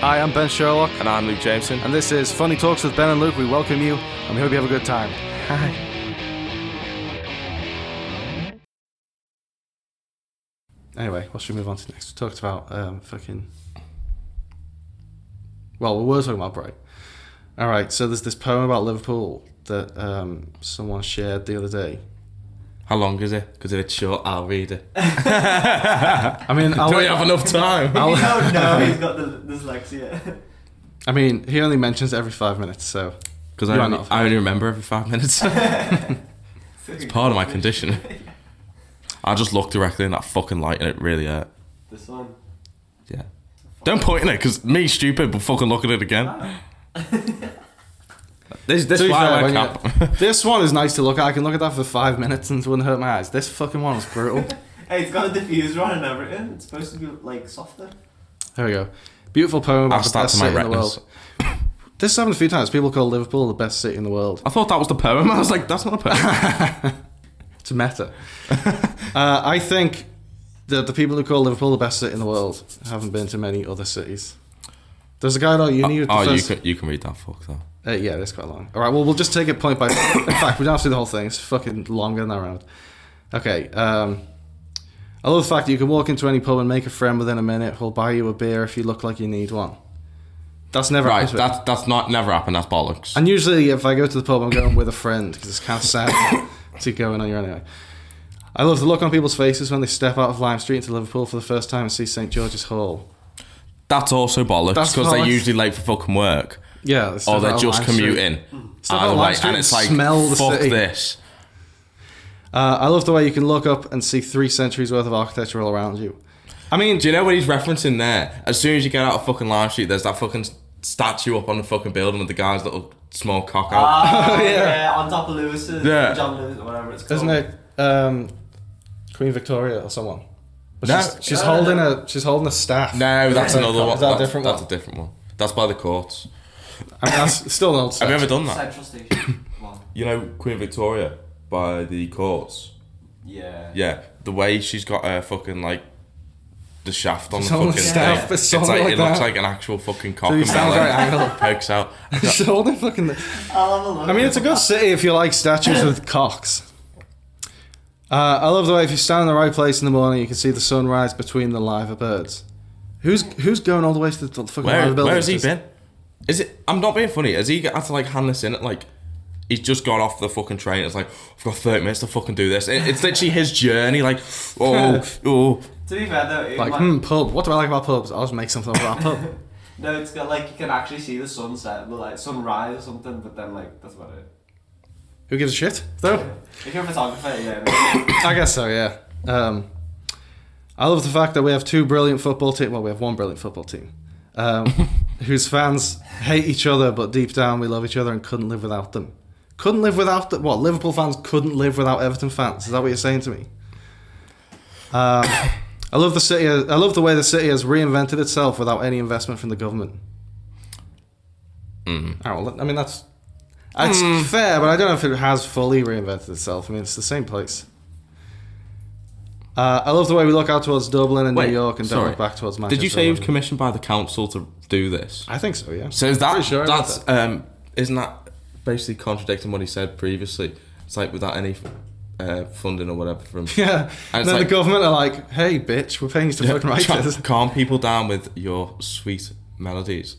Hi, I'm Ben Sherlock, And I'm Luke Jameson. and this is Funny Talks with Ben and Luke. We welcome you, and we hope you have a good time. Hi. Anyway, what should we move on to next? We talked about um, fucking. Well, we were talking about Bright. All right, so there's this poem about Liverpool that um, someone shared the other day. How long is it? Because if it's short, I'll read it. I mean, I'll, Don't you have enough time? I'll- You don't know he's got the dyslexia. I mean, he only mentions every five minutes, so Because I, You're only- not. I only remember every five minutes. it's part of my condition. I just looked directly in that fucking light and it really hurt. This one. Yeah. Don't point in it because me stupid but fucking look at it again. Ah. This this To be why I fair, wear when you- cap. This one is nice to look at. I can look at that for five minutes and it wouldn't hurt my eyes. This fucking one was brutal. Hey, it's got a diffuser on and everything. It's supposed to be like softer. There we go. Beautiful poem I'll about the start best to my city in the retinas. world. This happened a few times. People call Liverpool the best city in the world. I thought that was the poem. I was like, that's not a poem. It's meta. uh, I think that the people who call Liverpool the best city in the world haven't been to many other cities. There's a guy at our uni. who- the oh, you first- can you can read that. Fuck that. Uh, yeah, it's quite long. All right, well, we'll just take it point by. in fact, we don't have to do the whole thing. It's fucking longer than that round. Okay. Um, I love the fact that you can walk into any pub and make a friend within a minute who'll buy you a beer if you look like you need one. That's never Right, happened to me. that's that's not never happened. That's bollocks. And usually, if I go to the pub, I'm going with a friend because it's kind of sad to go in on your own anyway. I love the look on people's faces when they step out of Lime Street into Liverpool for the first time and see St George's Hall. That's also bollocks That's because they're bollocks. usually late for fucking work Yeah, they step or out Oh, they're of just Lime Street. commuting. not like Either way, Lime Street and it's like smell the fuck city. this. Uh, I love the way you can look up and see three centuries worth of architecture all around you. I mean, do you know what he's referencing there? As soon as you get out of fucking Lime Street, there's that fucking statue up on the fucking building with the guy's little small cock out. Ah, yeah. yeah. on top of Lewis's, Yeah. John Lewis, or whatever it's called. Isn't it um, Queen Victoria or someone? But No. she's, she's No, no, holding no. a she's holding a staff. No, Is that's that- another one. Is that a That's- different That's one? a different one. That's by the courts. I mean, that's still an old Have staff. you ever done that? Central Station. one. You know Queen Victoria by the courts. Yeah. Yeah, the way she's got her fucking like the shaft on It's the on the fucking staff, thing. it's It's something like, like it looks that. like an actual fucking cock So you and sound very ballet angled. that pokes out. She's holding fucking. The, I'll have a look. I mean, it's a good city if you like statues with cocks. Uh, I love the way if you stand in the right place in the morning, you can see the sunrise between the liver birds. Who's who's going all the way to the fucking Where, liver building? where has he Just- been? Is it? I'm not being funny. Has he had to like hand this in at like? He's just got off the fucking train. It's like I've got 30 minutes to fucking do this. It- it's literally his journey. Like, oh, oh, To be fair though, it Like, might- hmm, pub. What do I like about pubs? I'll just make something about pub. no, it's got like you can actually see the sunset, but like sunrise or something. But then like that's about it. Who gives a shit, though? If you're a photographer, yeah. I guess so, yeah. Um, I love the fact that we have two brilliant football team. Well, we have one brilliant football team, um, whose fans hate each other, but deep down we love each other and couldn't live without them. Couldn't live without the, what? Liverpool fans couldn't live without Everton fans. Is that what you're saying to me? Um, I love the city. I love the way the city has reinvented itself without any investment from the government. Mhm. Oh, well, I mean that's it's Mm. fair, but I don't know if it has fully reinvented itself. I mean, it's the same place. Uh, I love the way we look out towards Dublin and Wait, New York and sorry. don't look back towards Manchester. Did you say he was London. commissioned by the council to do this? I think so. Yeah. So is that Pretty sure I read that's um isn't that basically contradicting what he said previously? It's like without any uh, funding or whatever from Yeah. And And it's then the like- government are like, "Hey, bitch, we're paying you to fucking write Try- this." calm people down with your sweet melodies.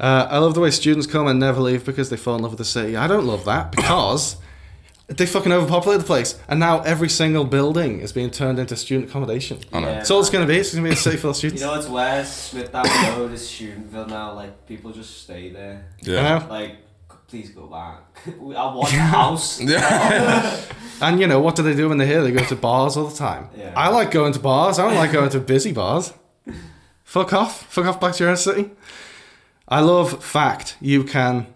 Uh, I love the way students come and never leave because they fall in love with the city. I don't love that because they fucking overpopulate the place, and now every single building is being turned into student accommodation. I know. Yeah. That's all it's going to be. It's going to be a city full of You students. know what's worse? With that road is Shunville now, like people just stay there. I know? Like, please go back. We- I want a house. Yeah. And you know what do they do when they're here? They go to bars all the time. Yeah. I like going to bars. I don't like going to busy bars. Fuck off. Fuck off back to your own city. I love fact. You can.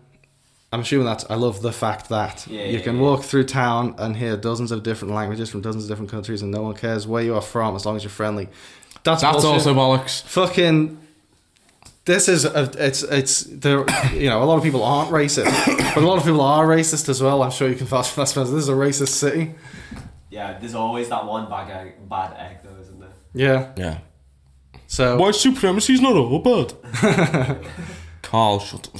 I'm assuming that's. I love the fact that Yeah, you yeah, can yeah. walk through town and hear dozens of different languages from dozens of different countries, and no one cares where you are from as long as you're friendly. That's, That's bullshit. also bollocks. fucking. this is a, it's it's there. You know, a lot of people aren't racist, but a lot of people are racist as well. I'm sure you can vouch for that, Spencer. This is a racist city. Yeah, there's always that one bad egg, bad egg though, isn't there? Yeah. Yeah. So White supremacy's not all bad. Carl, shut up.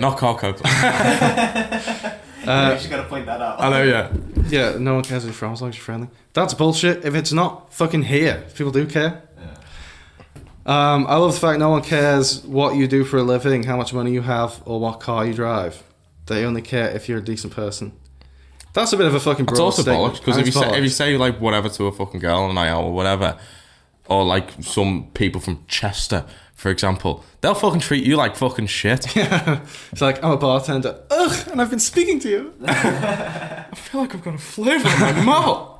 Not Carl Coker. Uh, you should gotta point that out. I know, yeah. yeah, no one cares if you're from as long as you're friendly. That's bullshit. If it's not fucking here, if people do care. Yeah. Um, I love the fact no one cares what you do for a living, how much money you have, or what car you drive. They only care if you're a decent person. That's a bit of a fucking. It's broad also statement. bollocks because And if it's you say, bollocks. if you say like whatever to a fucking girl on an night out or whatever, or like some people from Chester, for example, they'll fucking treat you like fucking shit. It's like, I'm a bartender. Ugh, and I've been speaking to you. I feel like I've got a flavour in my mouth.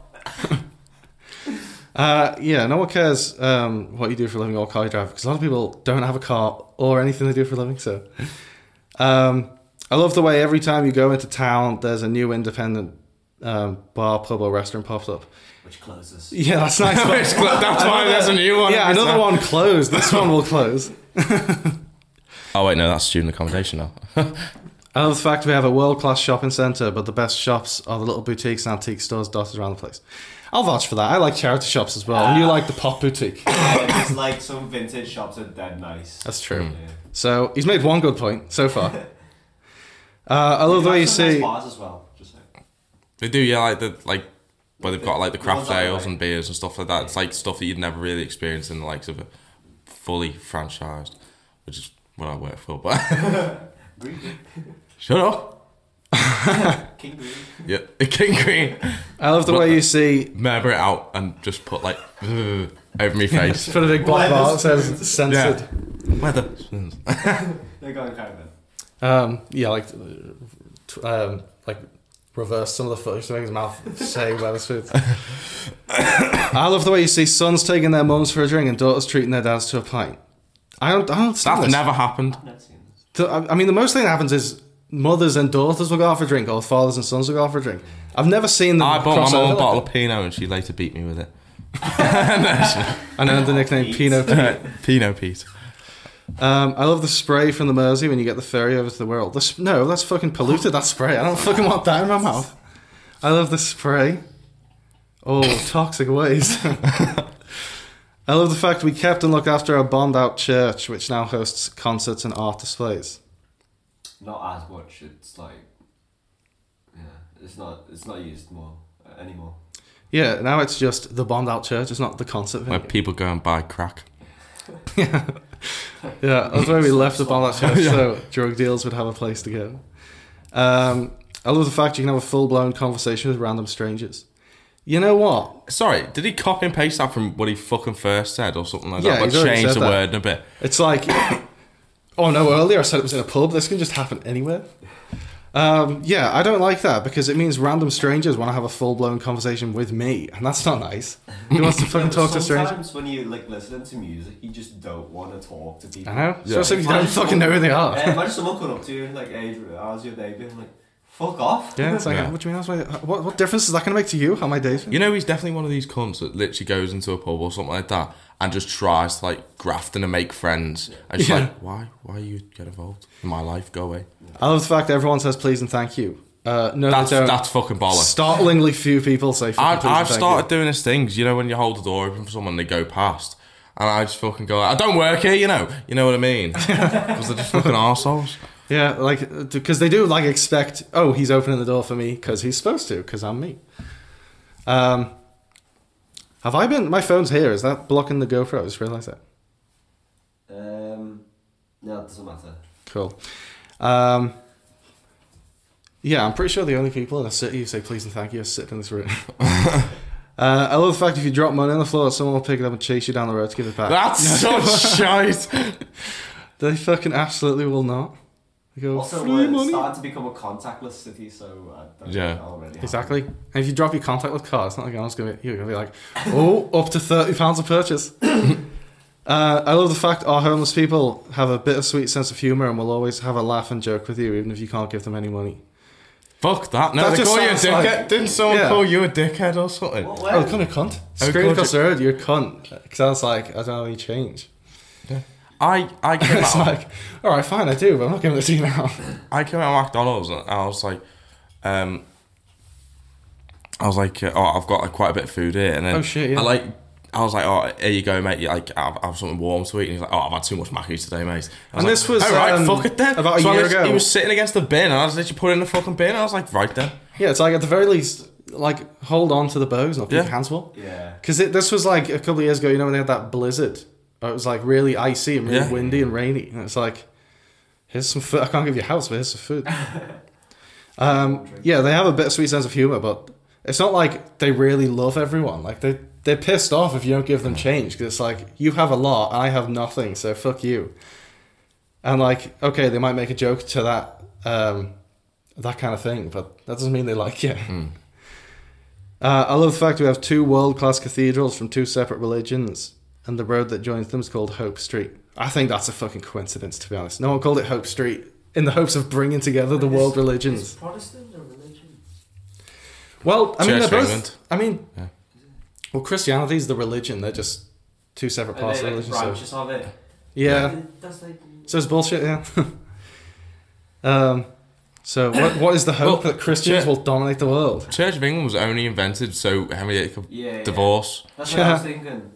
Uh, yeah, no one cares um, what you do for a living or car you drive because a lot of people don't have a car or anything they do for a living. So, um, I love the way every time you go into town, there's a new independent um, bar, pub, or restaurant pops up. Which closes. Yeah, that's nice. but- It's cl- That's why there's a new one. yeah, every another time. one closed. This one will close. Oh wait, no, that's student accommodation now. I love the fact we have a world class shopping centre, but the best shops are the little boutiques and antique stores dotted around the place. I'll vouch for that. I like charity shops as well. and you like the pop boutique. Yeah, it's like some vintage shops are dead nice. That's mm. true. Yeah. So he's made one good point so far. Uh, I love the way you Some nice see. bars as well. Just like, they do, yeah, like the like, but they've got like the craft The ones I ales like. and beers and stuff like that. It's like stuff that you'd never really experience in the likes of a fully franchised, which is what I work for. But green, shut up. king green. Yeah, King Green. I love the way you see. Murmur it out and just put like over my face. Put a big black Why bar that this- says censored. Weather. They're going kind of. Yeah, um, yeah like, t- um, like reverse some of the footage to make his mouth say Weatherspoons. I love the way you see sons taking their mums for a drink and daughters treating their dads to a pint. I don't. I don't understand That's this. never happened. I've not seen this. The- I I mean, the most thing that happens is mothers and daughters will go out for a drink, or fathers and sons will go out for a drink. I've never seen them. I bought cross my over mum a like that. bottle of Pinot and she later beat me with it. and earned the nickname Pete. Pinot Pinot Pete. Um, I love the spray from the Mersey when you get the ferry over to the world. The sp- no, that's fucking polluted, that spray. I don't fucking want that in my mouth. I love the spray. Oh, toxic waste. I love the fact we kept and looked after our bond out church, which now hosts concerts and art displays. Not as much. It's like, yeah, it's not. It's not used more uh, anymore. Yeah, now it's just the bond out church, it's not the concert Where venue. people go and buy crack. Yeah, that's where we left the bond out church, Yeah. so drug dealers would have a place to go. Um, I love the fact you can have a full blown conversation with random strangers. You know what? Sorry, did he copy and paste that from what he fucking first said or something like Yeah, that? he's But already changed said the that. word a bit. It's like, oh no, earlier I said it was in a pub. This can just happen anywhere. Um, yeah, I don't like that because it means random strangers want to have a full blown conversation with me, and that's not nice. Who wants to fucking But talk to strangers? sometimes when you like listening to music, you just don't want to talk to people. I know, Yeah. especially if you don't fucking know who they Uh, are. imagine someone coming up to you and like, "Hey, how's your day been?" Like, fuck off. Yeah, it's like, Yeah. what do you mean? That's my- What, what difference is that going to make to you? How my days? been? You know, he's definitely one of these cunts that literally goes into a pub or something like that and just tries to like graft and make friends. And she's Yeah. like, why? Why you get involved in my life? Go away. I love the fact that everyone says please and thank you. Uh, no, That's they don't. that's fucking bollocks. Startlingly few people say. fucking I've, please and I've thank you. started doing this thing, 'cause you know, when you hold the door open for someone, they go past, and I just fucking go, I don't work here, you know, you know what I mean? Because they're just fucking arseholes. Yeah, like because they do like expect. Oh, he's opening the door for me because he's supposed to because I'm me. Um, have I been? My phone's here. Is that blocking the GoPro? I just realized that. Um, no, it doesn't matter. Cool. Um, yeah, I'm pretty sure the only people in the city who say please and thank you are sitting in this room. uh, I love the fact if you drop money on the floor, someone will pick it up and chase you down the road to give it back. That's such shite. they fucking absolutely will not. They go Also, free we're money. starting to become a contactless city, so I don't Yeah. think that'll really Exactly. And if you drop your contactless card, it's not like anyone's gonna be, you're gonna be like, oh, up to thirty pounds a purchase. uh, I love the fact our homeless people have a bittersweet sense of humor and will always have a laugh and joke with you, even if you can't give them any money. Fuck that. No, That they just call you a sounds like- dickhead. Didn't someone Yeah. call you a dickhead or something? What, Oh, kind of cunt! Oh, Screaming God, across the road, you're a cunt. Because I was like, I don't have any change. I I came it's out. like, all right, fine, I do, but I'm not giving it to you now. I came out of McDonald's and I was like, um, I was like, uh, oh, I've got like quite a bit of food here, and then Oh, shit, yeah. I like. I was like, "Oh, here you go, mate. You, like, I've, I've something warm to eat." And he's like, "Oh, I've had too much Mackey's today, mate." I And this was, "All right, um, fuck it then." about a So I year literally- ago. He was sitting against the bin, and I was literally put it in the fucking bin. I was like, "Right then." yeah, it's like at the very least, like hold on to the bows, not keep Yeah. your hands full. Yeah. Because this was like a couple of years ago, you know, when they had that blizzard. It was like really icy and really Yeah. windy and rainy. And it's like, here's some food. I can't give you a house, but here's some food. um, yeah, they have a bit sweet sense of humor, but it's not like they really love everyone. Like, they, they're pissed off if you don't give them change because it's like, you have a lot and I have nothing, so fuck you. And like, okay, they might make a joke to that, um, that kind of thing, but that doesn't mean they like you. Hmm. Uh, I love the fact we have two world class cathedrals from two separate religions, and the road that joins them is called Hope Street. I think that's a fucking coincidence, to be honest. No one called it Hope Street in the hopes of bringing together the world Is religions. Protestant a religion? Well, I mean, Church they're of England. both. I mean, Yeah. well, Christianity is the religion. They're just two separate Are parts of they the like religion. So. branches of it? Yeah. That's like. So it's bullshit, yeah. um, so what, what is the hope Well, that Christians yeah. will dominate the world? Church of England was only invented so Henry VIII could Yeah. yeah. divorce. That's what I was thinking.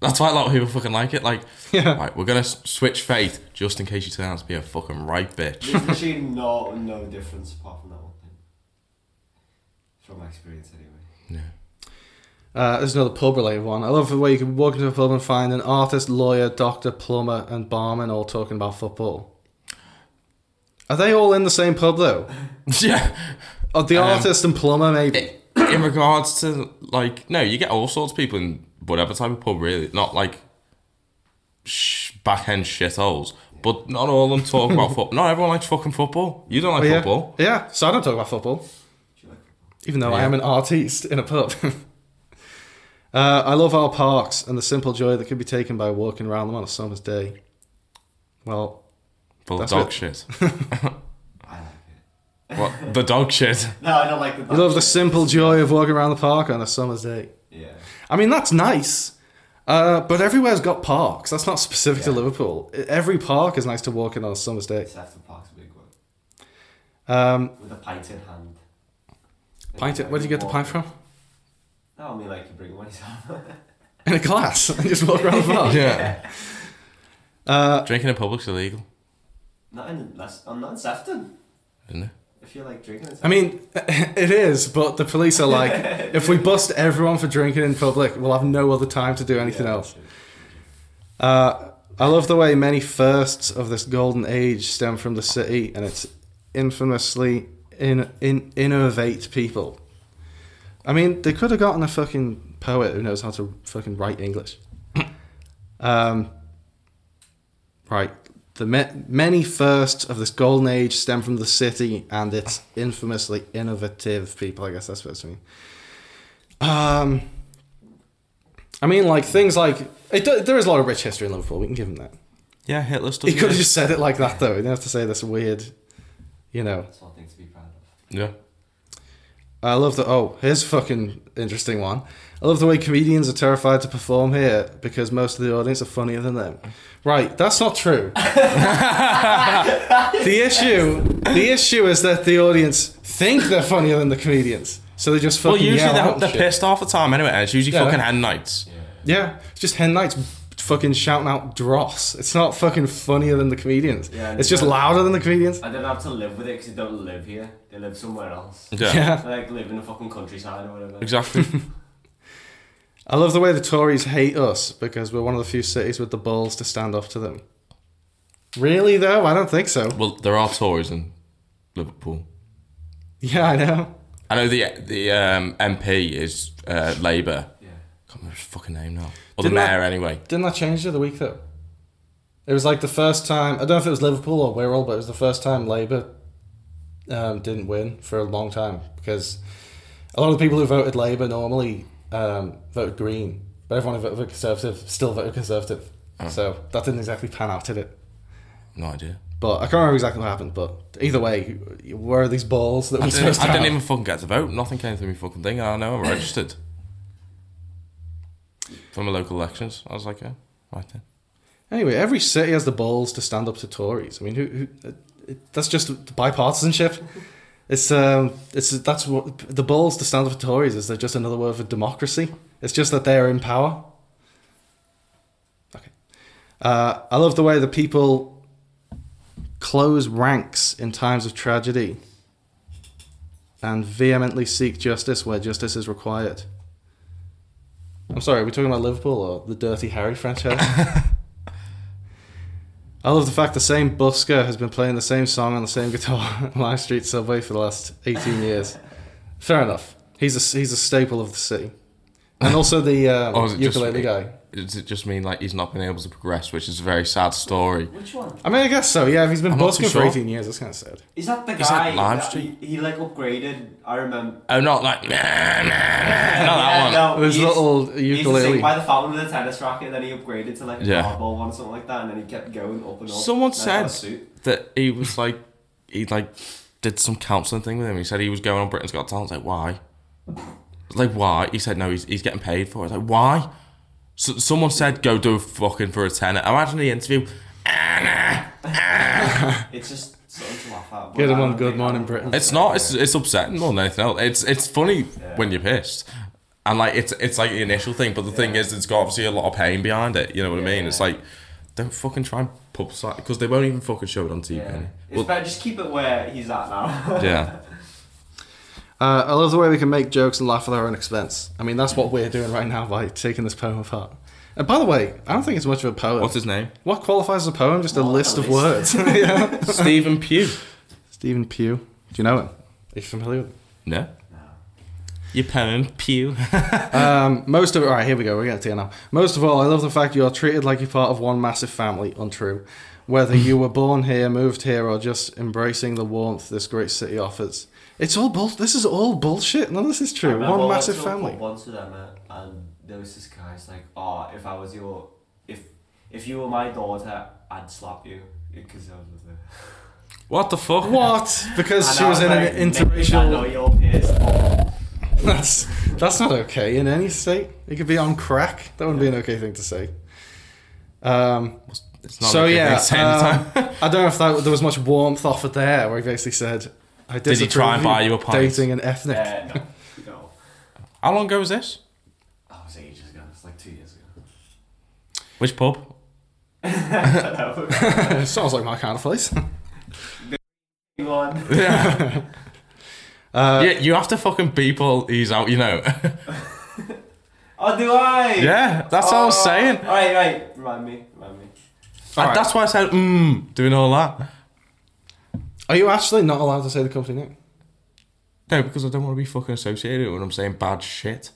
That's why a lot of people fucking like it. Like, Yeah. right, we're gonna s- switch faith just in case you turn out to be a fucking right bitch. There's literally no no difference apart from that one thing. From my experience, anyway. Yeah. Uh, there's another pub related one. I love the way you can walk into a pub and find an artist, lawyer, doctor, plumber, and barman all talking about football. Are they all in the same pub though? yeah. Oh, the Um, eh, artist and plumber, maybe. in regards to like no, you get all sorts of people in whatever type of pub really, not like sh- back end shitholes. But not all of them talk about football. Not everyone likes fucking football. You don't like But Oh, yeah. football. Yeah, so I don't talk about football, Do you like football? even though I Yeah. am an artiste in a pub. uh, I love our parks and the simple joy that can be taken by walking around them on a summer's day. Well, Full of That's dog it. shit. I like it. What the dog shit? No, I don't like the. you love the simple joy of walking around the park on a summer's day. Yeah. I mean, that's nice. Uh, but everywhere's got parks. That's not specific to Yeah. Liverpool. I- Every park is nice to walk in on a summer's day. It's after Park's a big one. Um, With a pint in hand. Like, pint. like, Where do you get the walk- pint from? No, I mean like you bring one yourself. In a glass and just walk around the park. Yeah. Uh, Drinking in public's illegal, not in that's I'm not in Sefton. isn't it? If you like drinking, in I mean, it is, but the police are like, if we bust everyone for drinking in public, we'll have no other time to do Sefton. anything Yeah, else. true. Uh, I love the way many firsts of this golden age stem from the city and its infamously in, in innovate people. I mean, they could have gotten a fucking poet who knows how to fucking write English. um, right. The ma- many firsts of this golden age stem from the city and its infamously innovative people. I guess that's what I mean. Um, I mean, like things like it, do- there is a lot of rich history in Liverpool. We can give him that. Yeah, Hitler stuff. He could have just said it like that, though. He didn't have to say this weird, you know. That's one thing to be proud of. Yeah. I love the oh, here's a fucking interesting one. I love the way comedians are terrified to perform here because most of the audience are funnier than them. Right, that's not true. the issue, the issue is that the audience think they're funnier than the comedians, so they just fucking Well, usually yell out they're, and they're shit. pissed off at time anyway. and It's usually Yeah. fucking hen nights. Yeah, it's just hen knights fucking shouting out dross. It's not fucking funnier than the comedians. Yeah, it's just yeah. louder than the comedians. I don't have to live with it because they don't live here. They live somewhere else. Yeah. Yeah. They like live in the fucking countryside or whatever. Exactly. I love the way the Tories hate us because we're one of the few cities with the balls to stand up to them. Really though, I don't think so. well, there are Tories in Liverpool. Yeah, I know. I know the the um, MP is uh, Labour. Yeah. can't remember his fucking name now. Or Didn't the that- mayor, anyway. Didn't that change the other week though? It was like the first time. I don't know if it was Liverpool or Wirral, but it was the first time Labour um, didn't win for a long time because a lot of the people who voted Labour normally um, voted Green, but everyone who voted Conservative still voted Conservative. So that didn't exactly pan out, did it? No idea. But I can't remember exactly what happened. But either way, where are these balls that I we're supposed to didn't, I have? didn't even fucking get to vote. Nothing came through my fucking thing. I know I'm registered from the local elections. I was like, yeah, right then. Anyway, every city has the balls to stand up to Tories. I mean, who, who uh, it- that's just bipartisanship. It's um, it's that's what the balls to stand up for Tories is. They're just another word for democracy. It's just that they are in power. Okay, uh, I love the way the people close ranks in times of tragedy and vehemently seek justice where justice is required. I'm sorry, are we talking about Liverpool or the Dirty Harry franchise? I love the fact the same busker has been playing the same song on the same guitar on Live Street Subway for the last 18 years. Fair enough. He's a, he's a staple of the city. And also the Or um, Oh, is it just ukulele me? guy. Does it just mean like he's not been able to progress, which is a very sad story? Which one? I mean, I guess so, yeah. If he's been I'm not busking too for sure. 18 years, that's kind of sad. Is that the Is that guy Lime that he, Street? he like upgraded? I remember. Oh, not like nah, nah, nah, not that Yeah, one. No, There's he used- little He used to ukulele. sing by the fountain with a tennis racket, then he upgraded to like a Yeah. marble one or something like that, and then he kept going up and up. Someone and then got a said suit. that he was like he like did some counselling thing with him. He said he was going on Britain's Got Talent. I was like why? I was Like why? He said no. He's, he's getting paid for it. I was like why? So, someone said go do fucking for a tenner. Imagine the interview. "It's just something to laugh at." but Get him I on don't Good think Morning I'll- Britain. It's not. It's it's upsetting more than anything else. It's it's funny when you're pissed, and like it's it's like the initial thing. But the thing is, it's got obviously a lot of pain behind it. You know what I mean? It's like don't fucking try and publicise because they won't even fucking show it on TV. Yeah. It's Well, better just keep it where he's at now. yeah. Uh, I love the way we can make jokes and laugh at our own expense. I mean, that's what we're doing right now by taking this poem apart. And by the way, I don't think it's much of a poem. What's his name? what qualifies as a poem? Just a Well, list a of words. list. yeah. Stephen Pugh. Stephen Pugh. Do you know him? Are you familiar with him? No. Your poem Pew. Um, most of all right, here we go. We're getting to it now. Most of all, I love the fact you are treated like you're part of one massive family. Untrue. Whether you were born here, moved here, or just embracing the warmth this great city offers, it's all bull. This is all bullshit. None of this is I true. remember I One went massive to a family. pub Once with Emma, and there was this guy's like, "Oh, if I was your, if if you were my daughter, I'd slap you because I was with her." what the fuck? What? Because And she I was in like, an "Mate, I know interracial. you're pissed. but That's that's not okay in any state. It could be on crack. That wouldn't be an okay thing to say. Um, It's not so like a yeah, big sentence. um, I don't know if that, there was much warmth offered there, where he basically said, "I Did he try and disapprove buy of you a pint? Dating an ethnic. yeah, no, Uh, no. How long ago was this? That Oh, was ages ago. It's like two years ago. Which pub? Sounds like my kind of place. One. yeah, Uh, you have to fucking people these out, you know. Oh, do I? yeah, that's what I was saying. All right, right. Remind me. Remind me. Uh, Alright. That's why I said, mmm, doing all that. Are you actually not allowed to say the company name? No, because I don't want to be fucking associated when I'm saying bad shit.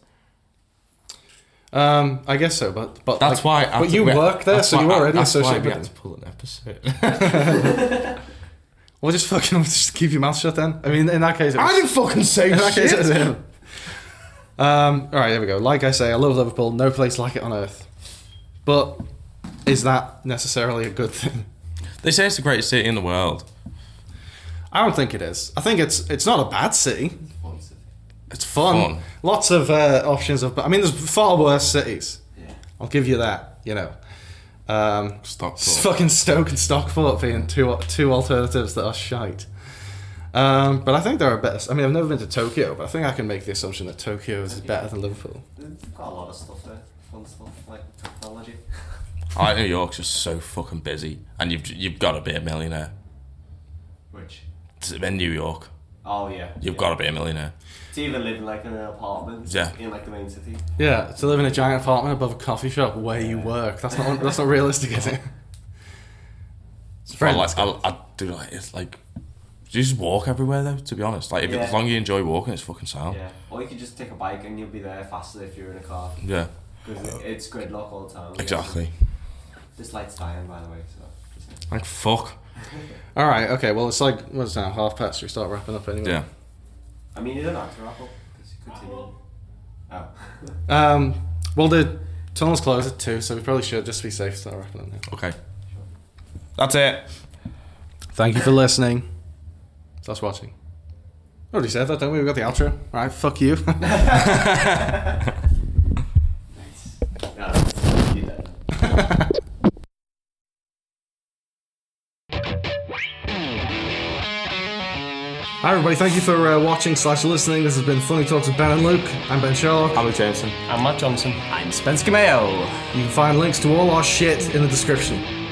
Um, I guess so, but but That's like- why. I But you we- work there, that's so why you're I- already that's associated Why we with had it. to pull an episode. Well, just fucking just keep your mouth shut then. I mean, in that case, it was- fucking say in that case, it was him. Um, all right, there we go. Like I say, I love Liverpool. No place like it on earth. But is that necessarily a good thing? They say it's the greatest city in the world. I don't think it is. I think it's it's not a bad city. Sponsored. It's fun. Fun. Lots of uh, options of. I mean, there's far worse cities. Yeah. I'll give you that. You know, um, Stop. s- fucking Stoke and Stockport being two two alternatives that are shite. Um, but I think there are better. I mean, I've never been to Tokyo, but I think I can make the assumption that Tokyo is better than Liverpool. They've got a lot of stuff there. Fun stuff like technology. I New York's just so fucking busy, and you've you've got to be a millionaire Which? T- in New York. Oh yeah. You've yeah. got to be a millionaire. To even live in like in an apartment. Yeah. In like the main city. Yeah, to live in a giant apartment above a coffee shop where you work. That's not that's not realistic, is it? It's very I like I, I do like it's like you just walk everywhere though. To be honest, like if Yeah. as long as you enjoy walking, it's fucking sound. Yeah. Or you could just take a bike and you'll be there faster if you're in a car Yeah, because it's gridlock all the time. exactly. This light's dying by the way, so. just- Like fuck. All right, okay. Well, it's like what's now half past. We start wrapping up anyway. Yeah. I mean, you don't have to wrap up because you could continue. Oh. Um, well, the tunnel's closed at two, so we probably should just be safe start wrapping up now. Okay. That's it. Thank you for listening. That's watching. Already said that, don't we? We got the outro. All right, fuck you. nice. No, you did that. Hi everybody, thank you for uh, watching slash listening. This has been Funny Talks with Ben and Luke. I'm Ben Sherlock. Hammer Jameson. I'm Matt Johnson. I'm Spencer Mayo. You can find links to all our shit in the description.